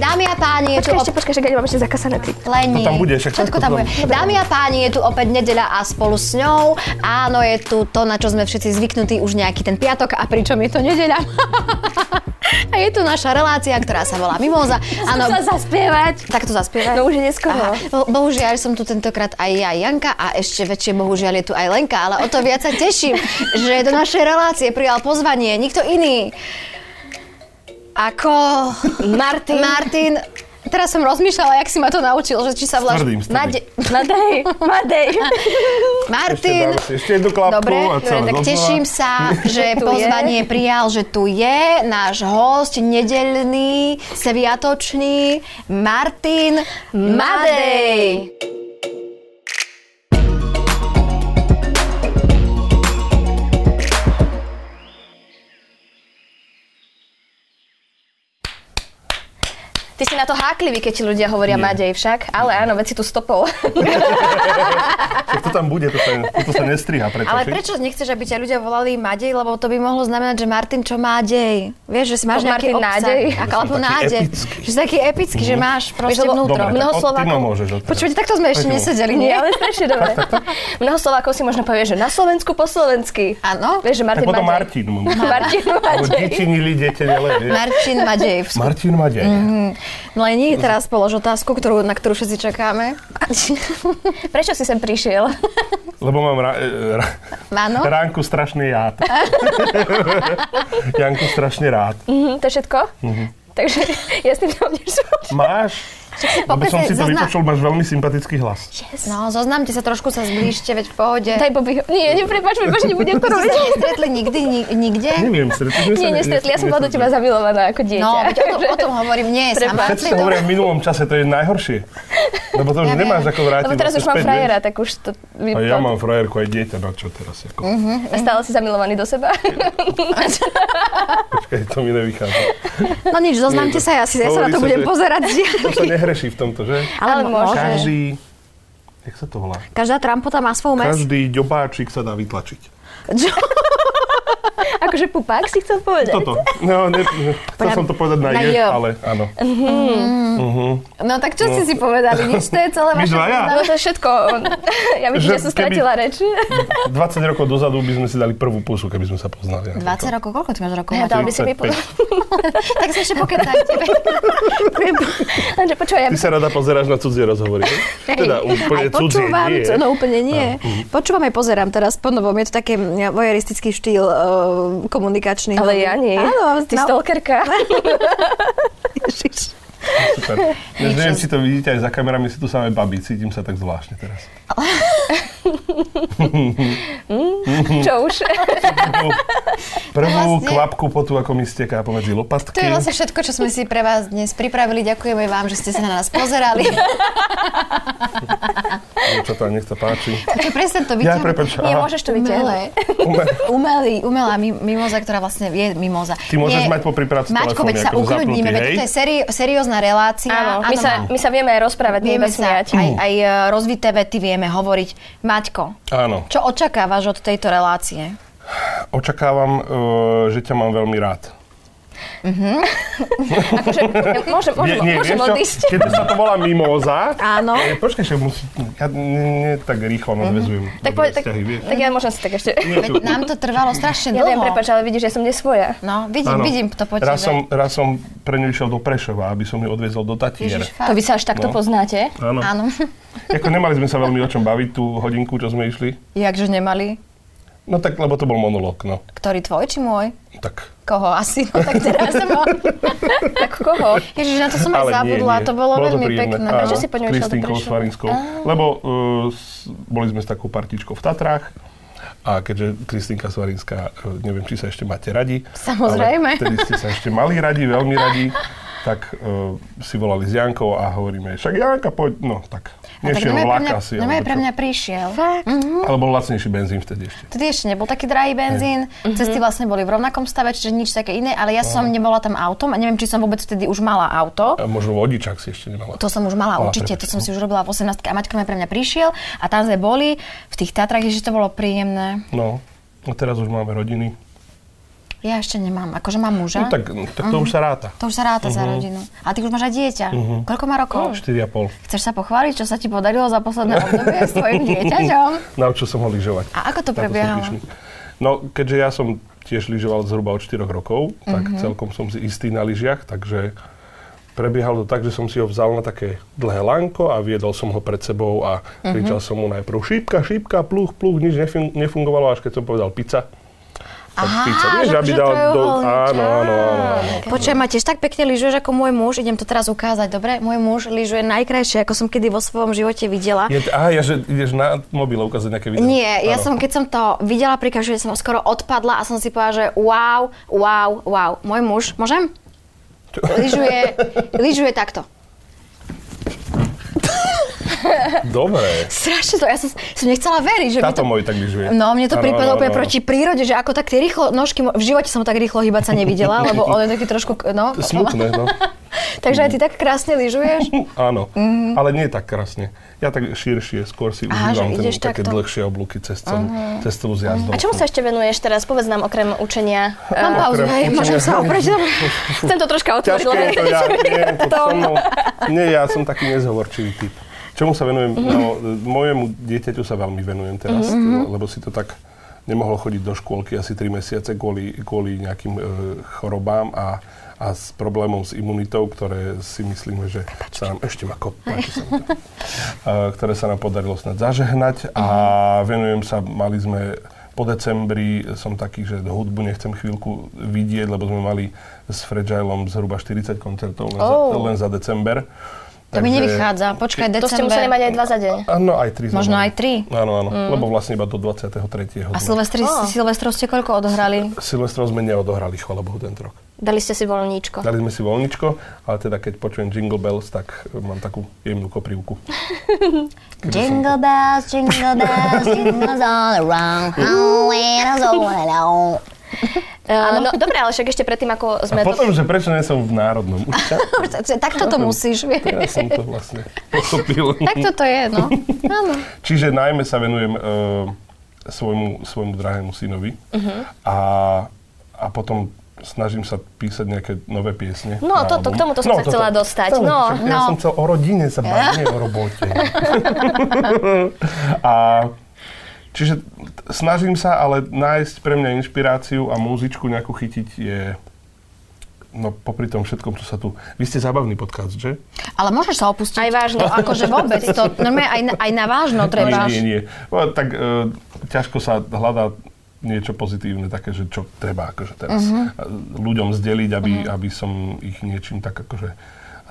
Dámy a páni, je tu Počkaj, ešte, opäť... počkaj, ešte, ja mám ešte zakasané tri. Lení. No tam bude, však všetko všetko tam tam- bude. Dámy a páni, je tu opäť nedeľa a spolu s ňou. Áno, je tu to, na čo sme všetci zvyknutí už nejaký ten piatok a pričom je to nedeľa. a je tu naša relácia, ktorá sa volá Mimoza. Áno, Chcela zaspievať. tak to zaspievať. No už je neskoro. Bo- Bohužiaľ som tu tentokrát aj ja, Janka, a ešte väčšie bohužiaľ je tu aj Lenka, ale o to viac sa teším, že do našej relácie prijal pozvanie nikto iný ako Martin. Martin. Teraz som rozmýšľala, jak si ma to naučil, že či sa voláš... tvrdým, s tvrdým. Nade- Nadej, nadej. Martin. Ešte, dáme si ešte jednu klapku Dobre, a dobre, celé tak doslova. teším sa, že Tu je. pozvanie prijal, že tu je náš host, nedelný, sviatočný, Martin Madej. Ty si na to háklivý, keď ti ľudia hovoria Nie. Madej však, ale áno, veci tu stopol. Však to tam bude, to sa, to sa nestriha. Prečo, Ale Či- prečo nechceš, aby ťa ľudia volali Madej, lebo to by mohlo znamenať, že Martin čo má dej. Vieš, že si máš Alebo nejaký Martin obsah. nádej. Ako, alebo taký nádej. epický. Že Mhm. si taký epický, že máš proste lebo- vnútro. Dobre, Mnoho tak od- ty Slovákov- ma môžeš odtedy. Počúvajte, takto sme ešte Poďme. nesedeli, nie? Nie, ale strašne dobre. Mnoho Slovákov si možno povie, že na Slovensku po slovensky. Áno. Vieš, že Tak Martin potom Madej. Martin. mu- Martin Alebo Madej. dičinili dete, ale vieš. Martin Madej. v- Martin Madej. Mhm. Leni, teraz polož otázku, ktorú, na ktorú všetci čakáme. Prečo si sem prišiel? Lebo mám ra- e, ra- No. Áno? ránku strašne rád. Janku strašne rád. Mhm, to je všetko? Takže ja s tým nemám nič spoločné. Máš? Lebo som si to zozna- vypočul, máš veľmi sympatický hlas. No, zoznamte sa, trošku sa zblížte, veď v pohode. Daj Bobby. Nie, neprepáč, prepáč, nebudem to Ste robiť. sa nestretli nikdy, ni- nikde? Neviem, stretli sme sa? Nie, ne- nestretli, ja som bola do nestretli. teba zamilovaná ako dieťa. No, veď o tom, o tom hovorím dnes. A Prepáč. Všetci Martin to to... hovoria v minulom čase, to je najhoršie. Lebo to už Ja viem. nemáš ako vrátiť. Lebo teraz vlastne už mám späť, frajera, vieš. tak už to... Mhm. Vy... A ja mám frajerku aj dieťa, na čo teraz? Ako, A stále si zamilovaný do seba. počkaj, to mi nevychádza. No nič, zoznamte Nie, sa, ja, si, ja sa na hovorí to sa, budem že- pozerať. z To diaľky. sa nehreší v tomto, že? Ale môže. Každý... Jak sa to volá? Každá trampota má svoju mes. Každý ďobáčik sa dá vytlačiť. Čo? akože pupák si chcel povedať. Toto. No, ne, ne- chcel Pra- som to povedať na, na je, jo. ale áno. No tak čo ste si povedali? Nič, to je celé My vaše dvaja? No to je všetko. Ja vidím, Že že, som keby- stratila reč. 20 rokov dozadu by sme si dali prvú pusu, keby sme sa poznali. 20 rokov, koľko ty máš rokov? Ja Maťo? dám- by si mi 35. tak sa ešte pokecajte. Lenže počúvaj, ja Ty sa rada pozeráš na cudzie rozhovory. Teda úplne Aj cudzie počúvam, nie. no úplne nie. Mhm. Počúvam aj pozerám teraz po novom. Je to taký mm, vojeristický štýl e, uh, komunikačný. Ale ja nie. Áno, Ty stalkerka. Ježiš. Super. Ja už neviem, či to vidíte aj za kamerami, si tu samé babi, cítim sa tak zvláštne teraz. Čo už? Prvú, No, prvú Vlastne- kvapku potu, ako mi steká pomedzi To lopatky. je vlastne všetko, čo sme si pre vás dnes pripravili. Ďakujeme vám, že ste sa na nás pozerali. Dievčatá, nech sa páči. Čo presne to Ja, vyťahnuť. prepáč, Nie, aha, môžeš to vyťahnuť. Umelé. ume- Umelý, umelá mi- mimoza, ktorá vlastne je mimoza. Ty môžeš mať popri práci Maťko, telefóny, veď sa akože ukľudníme, zapnutý, veď hej? toto je seri- seriózna relácia. Áno, my sa, my sa vieme aj rozprávať, nie vieme iba sa, smiať. aj, aj e, rozvité vety vieme hovoriť. Maťko, Áno. čo očakávaš od tejto relácie? Očakávam, eh, že ťa mám veľmi rád. Akože, ja môžem, môžem, môžem vieš čo? odísť. Keď sa to volá mimoza, Áno. e, počkaj, že musí, ja nie, nie tak rýchlo Mhm. nadvezujem Tak, dobré poď, tak, vzťahy, vieš. tak ja môžem si tak ešte... Nie tu. Veď nám to trvalo strašne Ja dlho. viem, prepáč, ale vidíš, ja som nesvoja. No, vidím, Áno. vidím to po tebe. Raz som, raz som pre ňu išiel do Prešova, aby som ju odviezol do Tatier. Ježiš, To fakt. vy sa až takto No. poznáte? Áno. Áno. Ako nemali sme sa veľmi o čom baviť tú hodinku, čo sme išli. Jakže nemali? No tak, lebo to bol monológ, no. Ktorý tvoj či môj? Tak. Koho asi? No tak teraz som... Tak koho? Ježiš, na to som aj zabudla, to bolo, veľmi pekné. Áno, Prečo si po ňu išiel do Kristínkou Prešova? Svarinskou. Lebo uh, s, boli sme s takou partičkou v Tatrách. A keďže Kristínka Svarinská, eh, neviem, či sa ešte máte radi. Samozrejme. Ale vtedy ste sa ešte mali radi, veľmi radi. Tak eh, si volali s Jankou a hovoríme, však Janka, poď. No tak, A tak nešiel normálne pre vlak mňa, asi. normálne alebo pre čo. mňa prišiel. Ale bol lacnejší benzín vtedy ešte. Vtedy ešte nebol taký drahý benzín, cesty vlastne boli v rovnakom stave, čiže nič také iné, ale ja som nebola tam autom a neviem, či som vôbec vtedy už mala auto. A možno vodičak si ešte nemala. To som už mala Ale určite, to prepáč, som no. si už robila v 18 a Maťko ma pre mňa prišiel a tam sme boli v tých Tatrách, že to bolo príjemné. No, a teraz už máme rodiny. Ja ešte nemám, akože mám muža. No tak, tak to už sa ráta. To už sa ráta Mhm. za rodinu. A ty už máš aj dieťa. Koľko má rokov? 4,5. Chceš sa pochváliť, čo sa ti podarilo za posledné obdobie s tvojim dieťaťom? Naučil som ho lyžovať. A ako to Na som prebiehalo? prišli. No, keďže ja som tiež lyžoval zhruba od 4 rokov, tak Mhm. celkom som si istý na lyžiach, takže prebiehalo to tak, že som si ho vzal na také dlhé lanko a viedol som ho pred sebou a Mhm. kričal som mu najprv šípka, šípka, pluch, pluch, nič nefun- nefungovalo, až keď som povedal pizza. Tak Aha, pizza, vieš, že aby akože dal do... Áno, trojuholník, áno, áno, áno. Počujem ma tiež tak pekne lyžuješ ako môj muž, idem to teraz ukázať, dobre? Môj muž lyžuje najkrajšie, ako som kedy vo svojom živote videla. Je, á, ja, že ideš na mobile ukázať nejaké video. Nie, ja Áno. som, keď som to videla pri každej, som skoro odpadla a som si povedala, že wow, wow, wow. Môj muž, môžem? Lyžuje, lyžuje takto. Dobre. Strašne to, ja som, som nechcela veriť, že by Táto to... môj tak lyžuje. No, mne to Áno, pripadalo áno, úplne áno. proti prírode, že ako tak tie rýchlo nožky, mo- v živote som ho tak rýchlo hýbať sa nevidela, lebo on je taký trošku, no. Smutné, no. Takže aj ty tak krásne lyžuješ. Áno, ale nie tak krásne. Ja tak širšie, skôr si Mhm. Aha, že užívam ten, ideš také takto. dlhšie oblúky cez celú, cez celú zjazdovku. A čomu sa ešte venuješ teraz? Povedz nám okrem učenia. Mám Eh, pauzu, Okrem hej, učenia- môžem sa oprieť, dobre. Chcem to troška otvoriť, Ťažké lebo je to, ja neviem, to so mnou. Nie, ja som taký nezhovorčivý typ. Čomu sa venujem? Mhm. No, mojemu dieťaťu sa veľmi venujem teraz, Mhm. lebo si to tak nemohlo chodiť do škôlky asi 3 mesiace kvôli, kvôli nejakým e, chorobám a, a s problémom s imunitou, ktoré si myslíme, že sa nám ešte má kop, páči sa mi to. E, ktoré sa nám podarilo snad zažehnať a Mhm. venujem sa, mali sme po decembri som taký, že hudbu nechcem chvíľku vidieť, lebo sme mali s Fragileom zhruba 40 koncertov len, za, Oh. len za december. To mi nevychádza, počkaj, to ste december. museli mať aj dva za deň. Áno, aj 3. Možno aj tri. Mhm. Áno, áno, lebo vlastne iba do 23. A sme- Silvestri, Á. Silvestrov ste koľko odohrali? Silvestrov sme neodohrali, chvala Bohu, tento rok. Dali ste Oh. si voľníčko. Dali sme si voľničko, ale teda keď počujem Jingle Bells, tak e, mám takú jemnú koprivku. Jingle bells, jingle bells, jingles all around. How it is all alone. Áno, no, dobre, ale však ešte predtým, ako A sme to... potom, že prečo nie som v národnom? Už ťa, Takto to musíš, vieš. teraz som to vlastne pochopil. Takto to je, no. Áno. Čiže najmä sa venujem e, svojmu, svojmu drahému synovi Mhm. a, a potom snažím sa písať nejaké nové piesne. No, na toto- album. k tomuto som sa chcela dostať, Chcel- no. však Ja No. som chcel o rodine sa baviť, nie o robote. a, čiže t- snažím sa, ale nájsť pre mňa inšpiráciu a múzičku nejakú chytiť je... No popri tom všetkom, čo sa tu... Vy ste zábavný podcast, že? Ale môžeš sa opustiť. Aj No, vážno. akože vôbec to, normálne aj na, aj na vážno treba. Nie, nie, nie. No, tak e, ťažko sa hľadá niečo pozitívne, také, že čo treba akože teraz Mhm. e, ľuďom zdeliť, aby, aby som ich niečím tak akože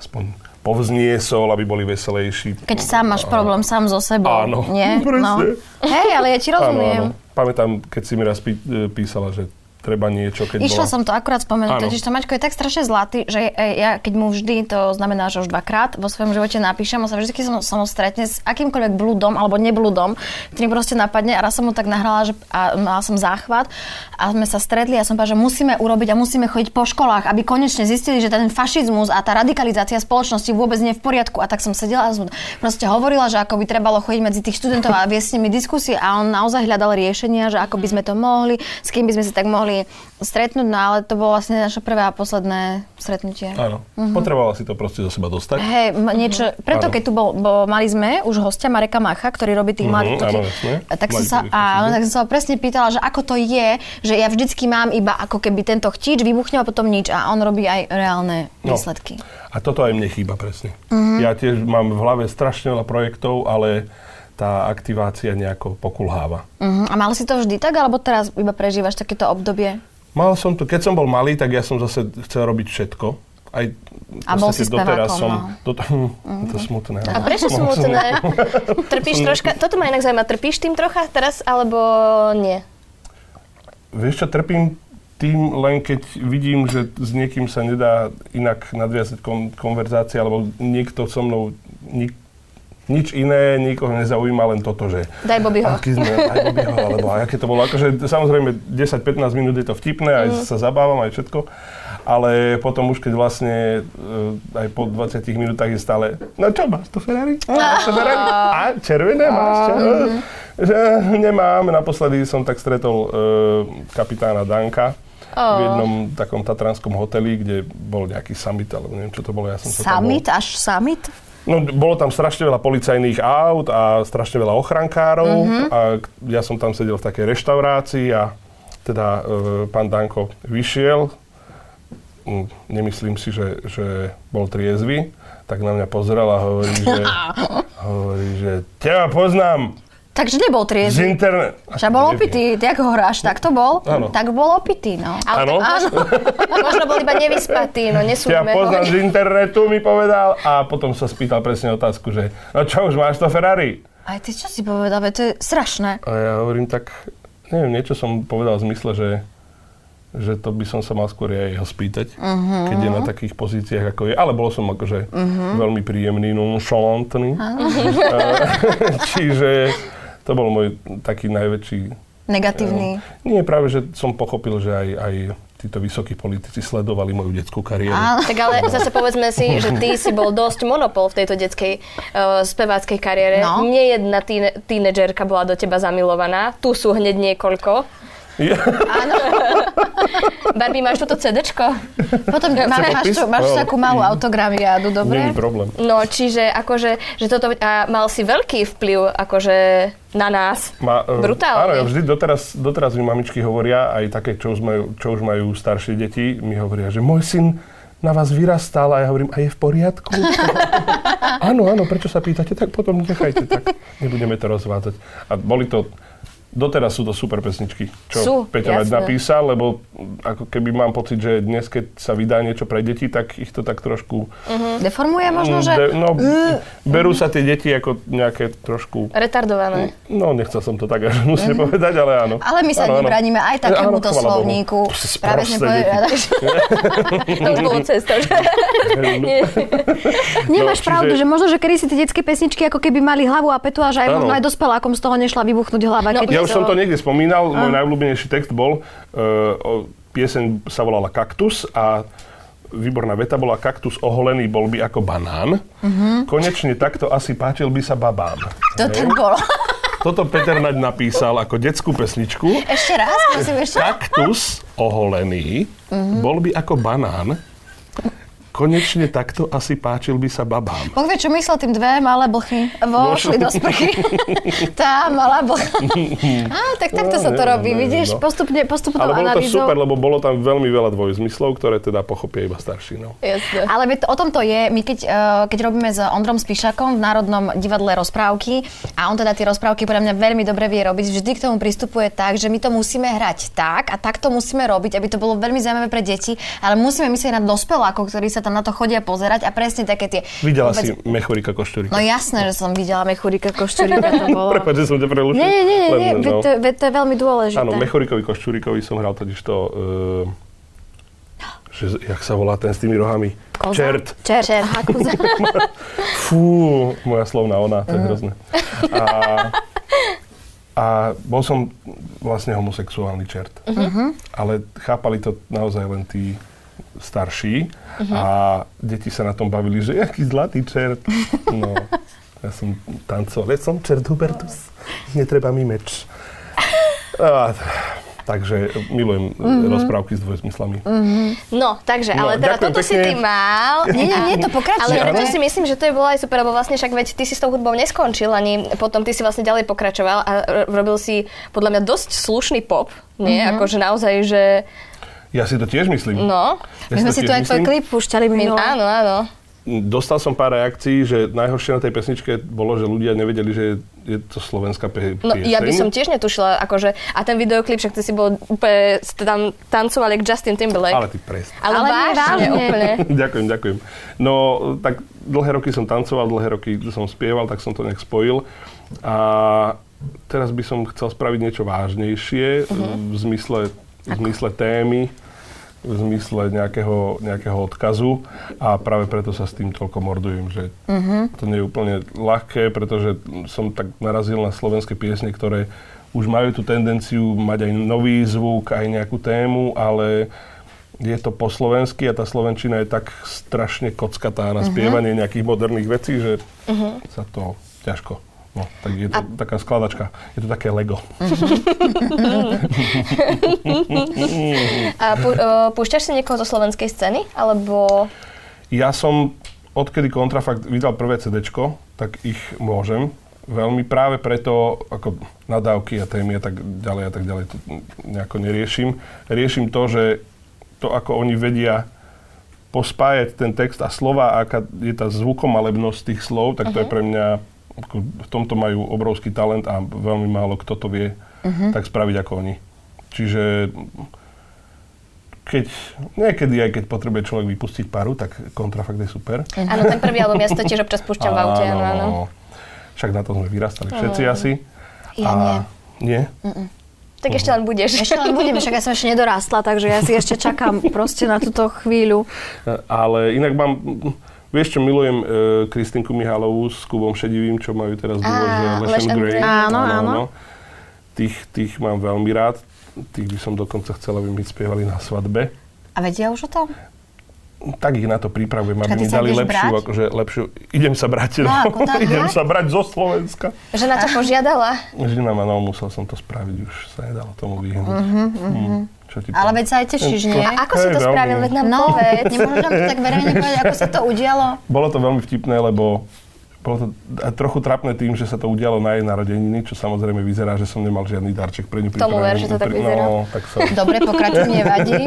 aspoň povzniesol, aby boli veselejší. Keď sám máš problém sám so sebou. Áno, nie? presne. No. Hej, ale ja ti rozumiem. Pamätám, keď si mi raz pí, e, písala, že treba niečo, keď Išla bola... som to akurát spomenúť, Áno. totiž to Maťko je tak strašne zlatý, že e, ja keď mu vždy, to znamená, že už dvakrát vo svojom živote napíšem, on sa vždy keď som, som ho stretne s akýmkoľvek blúdom alebo neblúdom, ktorý mu proste napadne a raz som mu tak nahrala že, a mala som záchvat a sme sa stretli a som povedala, že musíme urobiť a musíme chodiť po školách, aby konečne Vlastne zistili, že ten fašizmus a tá radikalizácia spoločnosti vôbec nie je v poriadku a tak som sedela a som proste hovorila, že ako by trebalo chodiť medzi tých študentov a viesť s nimi diskusie a on naozaj hľadal riešenia, že ako by sme to mohli, s kým by sme sa tak mohli stretnúť, no ale to bolo vlastne naše prvé a posledné stretnutie. Áno, Mhm. potrebovala si to proste zo seba dostať. Hej, m- niečo, preto Áno. keď tu bol, bo mali sme už hostia Mareka Macha, ktorý robí tých Mhm, mladých ľudí, áno, jasné. a tak som Mladí sa, ľudia, áno, jasné. tak som sa ho presne pýtala, že ako to je, že ja vždycky mám iba ako keby tento chtič, vybuchne a potom nič a on robí aj reálne No. výsledky. A toto aj mne chýba presne. Mhm. Ja tiež mám v hlave strašne veľa projektov, ale tá aktivácia nejako pokulháva. Mhm. A mal si to vždy tak, alebo teraz iba prežívaš takéto obdobie? Mal som to, keď som bol malý, tak ja som zase chcel robiť všetko. Aj A bol si v podstate doteraz spevákom, som... no. Do, to je smutné. A ale- prečo smutné? Trpíš troška... Toto ma inak zaujíma. Trpíš tým trocha teraz, alebo nie? Vieš čo, trpím tým len, keď vidím, že s niekým sa nedá inak nadviazať kon- konverzácia, alebo niekto so mnou ni- nič iné, nikoho nezaujíma, len toto, že... Daj Bobbyho. Aký sme, aj Bobbyho, alebo aj aké to bolo. Akože, samozrejme, 10-15 minút je to vtipné, aj sa zabávam, aj všetko. Ale potom už, keď vlastne e, aj po 20 minútach je stále, no čo máš tu Ferrari? Máš to Ferrari? A červené máš? Čo? Že nemám. Naposledy som tak stretol e, kapitána Danka, Oh. v jednom takom tatranskom hoteli, kde bol nejaký summit, alebo neviem, čo to bolo. Ja som sa tam bol- Summit, až summit? No, bolo tam strašne veľa policajných aut a strašne veľa ochrankárov Mhm. a k- ja som tam sedel v takej reštaurácii a teda e, pán Danko vyšiel, Mm, nemyslím si, že, že bol triezvy, tak na mňa pozrel a hovorí, že, hovorí, že teba poznám Takže nebol z triezvy. internetu. Že bol opitý, jak ho hráš, tak to bol? Áno. Tak bol opitý, no. Áno, Možno bol iba nevyspatý, no ťa nesúďme ho. poznám z internetu, mi povedal a potom sa spýtal presne otázku, že no čo, už máš to Ferrari? Aj ty čo si povedal, veď to je strašné. A ja hovorím tak, neviem, niečo som povedal v zmysle, že, že to by som sa mal skôr aj jeho spýtať, keď je na takých pozíciách, ako je. Ale bol som akože veľmi príjemný, nonchalantný. Eh, Čiže to bol môj taký najväčší... Negatívny. Nie, práve, že som pochopil, že aj, aj títo vysokí politici sledovali moju detskú kariéru. Tak ale zase povedzme si, že ty si bol dosť monopol v tejto detskej uh, speváckej kariére. No. Nie jedna tíne, tínedžerka bola do teba zamilovaná. Tu sú hneď niekoľko. Barbie, máš toto CDčko? Potom má, máš, podpis? tu, máš tu takú malú Mm. autogramiádu, Není dobre? problém. No, čiže akože, že toto, a mal si veľký vplyv akože na nás. Má, e, Brutálne. Áno, ja vždy doteraz, doteraz mi mamičky hovoria, aj také, čo už, majú, čo už majú staršie deti, mi hovoria, že môj syn na vás vyrastal a ja hovorím, a je v poriadku? áno, áno, prečo sa pýtate, tak potom nechajte tak, nebudeme to rozvádzať. A boli to, doteraz sú to super pesničky, čo Sú, Peťa Veď jasné. napísal, lebo mm, ako keby mám pocit, že dnes, keď sa vydá niečo pre deti, tak ich to tak trošku... Mhm. Deformuje možno, mm, že... de- no, berú sa tie deti ako nejaké trošku Retardované. No, nechcel som to tak až musím povedať, ale áno. Mhm. Ale my sa Áno, áno. nebraníme aj Áno, takémuto chvála Bohu. slovníku. Proste sprosté Práve sme deti. povedali, že To už bolo cestou. že? Nie. Nemáš No, no, čiže- pravdu, že možno, že kedy si tie detské pesničky ako keby mali hlavu a petu a že aj Áno. možno aj dospelákom z toho nešla vybuchnúť hlava. No, Ja keď je už som to niekde spomínal, môj najobľúbenejší text bol, uh, o, pieseň sa volala Kaktus a výborná veta bola Kaktus oholený bol by ako banán. Konečne takto asi páčil by sa babám. Mhm. to tak bolo. Toto Peter Naď napísal ako detskú pesničku. Ešte raz, prosím, ešte. Kaktus oholený bol by ako banán. Konečne takto asi páčil by sa babám. Boh vie, čo myslel tým dve malé blchy. Vošli do sprchy. Tá malá blcha. Á, tak takto sa No, to neviem, robí, neviem, vidíš? no. Postupne, postupnou Ale bolo to analýzou. super, lebo bolo tam veľmi veľa dvojzmyslov, ktoré teda pochopia iba starší. No. Jasné. Ale veď o tom to je, my keď, eh, keď robíme s Ondrom Spišakom v Národnom divadle rozprávky a on teda tie rozprávky podľa mňa veľmi dobre vie robiť, vždy k tomu pristupuje tak, že my to musíme hrať tak a tak to musíme robiť, aby to bolo veľmi zaujímavé pre deti, ale musíme myslieť na dospelákov, ktorí sa tam na to chodia pozerať a presne také tie... Videla vôbec- si Mechorika Košturika. No jasné, že som videla Mechurika Koščurika, Teda to bolo. Prepač, že som ťa prerušil. Nie, nie, nie, nie, Len, nie veď no. to, veď to je veľmi dôležité. Áno, Mechorikovi Koščurikovi som hral totiž to... e, že, z- jak sa volá ten s tými rohami? Koza? Čert. Čer, Čer. Aha, kúza. Fú, moja slovná ona, Mhm. to je hrozné. A, a bol som vlastne homosexuálny čert. Mhm. Ale chápali to naozaj len tí starší Mhm. a deti sa na tom bavili, že jaký zlatý čert. No, ja som tancoval, ja som čert Hubertus, netreba mi meč. A, takže milujem Mhm. rozprávky s dvojzmyslami. No, takže, No, ale teda ďakujem toto si pekne. ty mal. Nie, nie, nie, to Ale pokračuje. preto ne? si myslím, že to je bolo aj super, lebo vlastne však veď ty si s tou hudbou neskončil, ani potom ty si vlastne ďalej pokračoval a ro- robil si podľa mňa dosť slušný pop, nie? Akože naozaj, že Ja si to tiež myslím. no. Ja My sme si tu tiež aj tvoj myslím. klip púšťali My, No. minulé. áno, áno. Dostal som pár reakcií, že najhoršie na tej pesničke bolo, že ľudia nevedeli, že je to slovenská pe- No pieseň. ja by som tiež netušila, akože, a ten videoklip, však ty si bol úplne, ste tam tancoval jak Justin Timberlake. Ale ty presne. ale, Ale nie, vážne, vážne. úplne. ďakujem, ďakujem. No, tak dlhé roky som tancoval, dlhé roky som spieval, tak som to nejak spojil. A teraz by som chcel spraviť niečo vážnejšie Mhm. v zmysle, v zmysle témy, v zmysle nejakého, nejakého odkazu a práve preto sa s tým toľko mordujem, že to nie je úplne ľahké, pretože som tak narazil na slovenské piesne, ktoré už majú tú tendenciu mať aj nový zvuk, aj nejakú tému, ale je to po slovensky a tá slovenčina je tak strašne kockatá na spievanie nejakých moderných vecí, že sa to ťažko No, tak je to taká skladačka, je to také Lego. A pú, uh, púšťaš si niekoho zo slovenskej scény? Alebo... Ja som, odkedy Kontrafakt vydal prvé cd tak ich môžem veľmi práve preto, ako nadávky a témy a tak ďalej a tak ďalej, to nejako neriešim. Riešim to, že to, ako oni vedia pospájať ten text a slova, a aká je tá zvukomalebnosť tých slov, tak to je pre mňa, ako v tomto majú obrovský talent a veľmi málo kto to vie tak spraviť ako oni. Čiže keď, niekedy aj keď potrebuje človek vypustiť paru, tak kontrafakt je super. Áno, ten prvý album ja si to tiež občas púšťam v aute. Áno, áno. Však na to sme vyrastali všetci asi. Ja a nie. nie. Tak ešte len budeš. Ešte len budem, však ja som ešte nedorastla, takže ja si ešte čakám proste na túto chvíľu. Ale inak mám, vieš čo, milujem e, Kristinku Mihalovú s Kubom Šedivým, čo majú teraz dôvod, že Less and Grey. Áno, áno. Tých, tých mám veľmi rád. Tých by som dokonca chcel, aby mi spievali na svadbe. A vedia už o tom? Tak ich na to pripravujem, ty aby mi sa dali ideš lepšiu, brať? akože lepšiu. Idem sa brať, No, ako tak, idem tak? sa brať zo Slovenska. Žena ťa požiadala. Žena ma, no, musel som to spraviť, už sa nedalo tomu vyhnúť. Mm, čo ti Ale poviem? veď sa aj tešíš, nie? A ako si Hej, to veľmi. spravil? Veď nám No, povedz. nemôžeš nám to tak verejne povedať, ako sa to udialo? Bolo to veľmi vtipné, lebo bolo to a trochu trapné tým, že sa to udialo na jej narodeniny, čo samozrejme vyzerá, že som nemal žiadny darček pre ňu Tomu ver, že to tak Pri- vyzerá. No, tak som. Dobre, pokračuj, nevadí.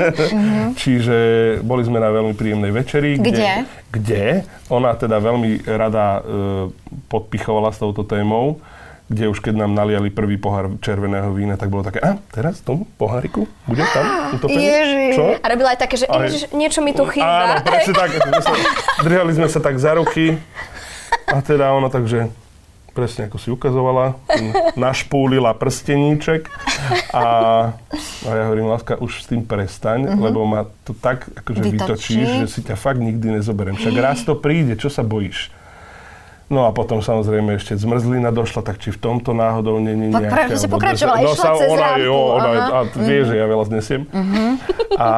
Čiže boli sme na veľmi príjemnej večeri. Kde? Kde? Ona teda veľmi rada e, podpichovala s touto témou, kde už keď nám naliali prvý pohár červeného vína, tak bolo také, a teraz tomu poháriku? Bude tam utopený? Ježi. Čo? A robila aj také, že Aj. "Ježiš, niečo mi tu Áno, chýba. presne tak. My sme- Držali sme sa tak za ruky a teda ona takže presne ako si ukazovala, našpúlila prsteníček a, a ja hovorím, láska, už s tým prestaň, Mhm. lebo ma to tak akože Vytočí. vytočíš, že si ťa fakt nikdy nezoberiem. Však raz to príde, čo sa bojíš? No a potom samozrejme ešte zmrzlina došla, tak či v tomto náhodou nie, nie, Tak nejaká, práve, že si alebo pokračovala, desa- išla cez ona, rampu, jo, ona, aha. Mhm. a vie, že ja veľa znesiem. A,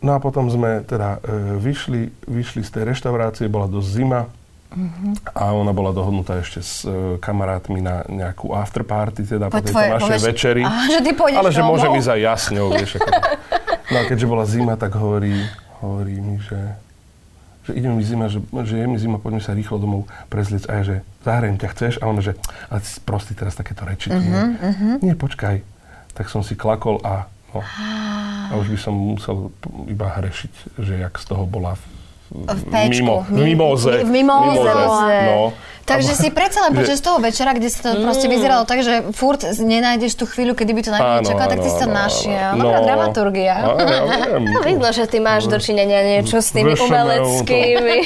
no a potom sme teda e, vyšli, vyšli z tej reštaurácie, bola dosť zima Mhm. a ona bola dohodnutá ešte s e, kamarátmi na nejakú afterparty, teda po Po tejto tvoje- našej povieš- večeri. Á, že ty pôjdeš Ale že domov. môžem ísť aj ja s ňou, vieš. Ako. No a keďže bola zima, tak hovorí, hovorí mi, že, že ide mi zima, že, že je mi zima, poďme sa rýchlo domov prezliec. A ja, že zahrajem ťa, chceš? A ona, že ale si prostý teraz takéto reči. Mhm, Uh-huh, Nie, počkaj. Tak som si klakol a no, a už by som musel p- iba hrešiť, že jak z toho bola v, V péčku. mimo, v Mi- mimoze. v mimoze bola. No. Takže si predsa len Že- počas toho večera, kde sa to proste vyzeralo tak, že furt z- nenájdeš tú chvíľu, kedy by to na nej Áno, čakala, tak ty si to áno, áno, našiel. áno. Dobrá No. dramaturgia. No, Á, ja viem. Vidno, No, že ty máš dočinenia niečo s tými Vršené auto. umeleckými.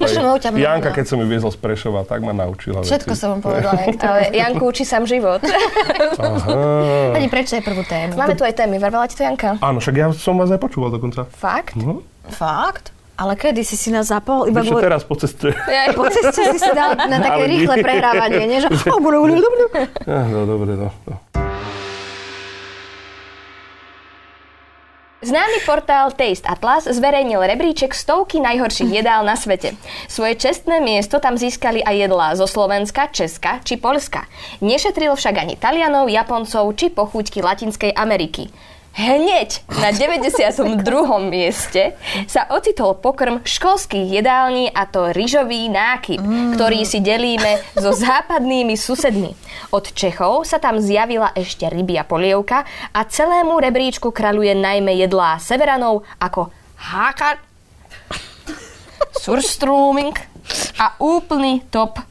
Prešovou ťa mala. Janka, keď som ju viezol z Prešova, tak ma naučila Všetko veci. som mu povedala. jak to- Ale Janku učí sám život. Aha. Pani, prečo je prvú tému? Máme tu aj témy. Varvala ti to Janka? Áno, však ja som vás aj počúval dokonca. Fakt? No, Fakt? Ale kedy si si nás zapol? Iba vieš, čo, kvôli- teraz po ceste. Ja, po ceste si si dal na také Ale nie. rýchle prehrávanie, nie? Že, oh, bolo, bolo, bolo. Ah, no, dobre, no. no. Známy portál Taste Atlas zverejnil rebríček stovky najhorších jedál na svete. Svoje čestné miesto tam získali aj jedlá zo Slovenska, Česka či Polska. Nešetril však ani Talianov, Japoncov či pochúťky Latinskej Ameriky. Hneď na 92. mieste sa ocitol pokrm školských jedální a to ryžový nákyp, ktorý si delíme so západnými susedmi. Od Čechov sa tam zjavila ešte rybia polievka a celému rebríčku kraľuje najmä jedlá severanov ako hákar, surstrúming a úplný top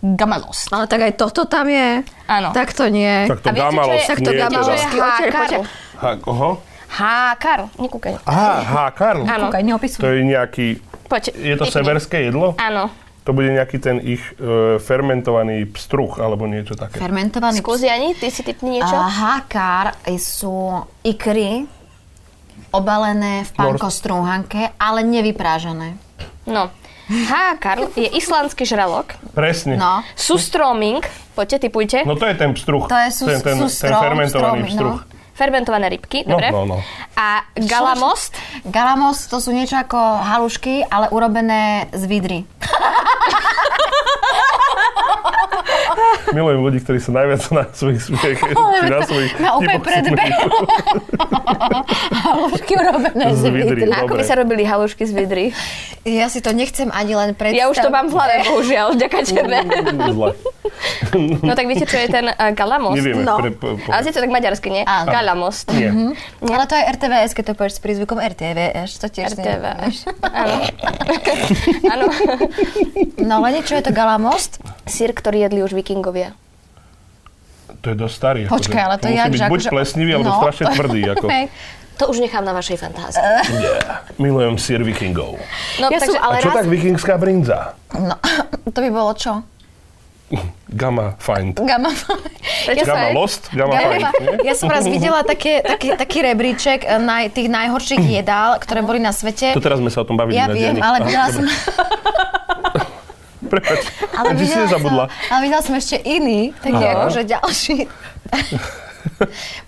gamalos. Ale tak aj toto tam je. Áno. Tak to nie. Tak to A viete, čo je- gamalosť Tak to nie je gamalosť. teda. Gamalovský oteľ, Hákar. poďte. Ha, koho? Hákar. Nekúkaj. Á, ha, Karl. Áno. Kúkaj, neopisuj. To je nejaký, Poď. je to typni. severské jedlo? Áno. To bude nejaký ten ich e, fermentovaný pstruh alebo niečo také. Fermentovaný Skús, Jani, ty si typni niečo? A hákár sú ikry obalené v pankostrúhanke, ale nevyprážené. No. Hákar je islandský žralok. Presne. No. Sustroming, poďte, typujte. No to je ten pstruh. To je sus- ten, ten, ten sustrom, fermentovaný strom, no. pstruh. Fermentované rybky, No, dobre. no, no. A galamost, Galamos to sú niečo ako halušky, ale urobené z vidry. Milujem ľudí, ktorí sa najviac na svojich smiech, či na svojich na úplne chyboch predbehol. smejú. Halušky urobené z Z vidry. vidry. A ako Dobre. by sa robili halušky z vidry? Ja si to nechcem ani len predstaviť. Ja už to mám v hlave, bohužiaľ, vďaka tebe. Zle. No tak viete, čo je ten uh, galamost? Nevieme. No. Pre, po, po, Ale je to tak maďarsky, nie? Áno. Galamost. Nie. Mhm. Ale to aj RTVS, keď to povieš s prízvukom RTVS, to tiež nie- RTV až. Áno. Áno. No ale niečo je to galamost? Sír, ktorý jedli už vikingovia. To je dosť starý. akože. Počkaj, ale to je musí jak, byť že buď akože- plesnivý, alebo No. strašne tvrdý. Ako. Hej. To už nechám na vašej fantázii. Milujem sír vikingov. No, Ja som A ale čo raz... tak vikingská brinza? No, to by bolo čo? Gamma find. Gamma. Prečo sa Gamma aj- lost, gamma Mm, Ja, find. nie? ja som raz videla také, taký, taký rebríček eh, naj, tých najhorších jedál, ktoré boli na svete. Mhm. To teraz sme sa o tom bavili Ja na viem, dielni. ale Aha, videla dobre. som, Prepač, ale ty si videla, nezabudla. som, ale videla som ešte iný, taký Aha. akože ďalší.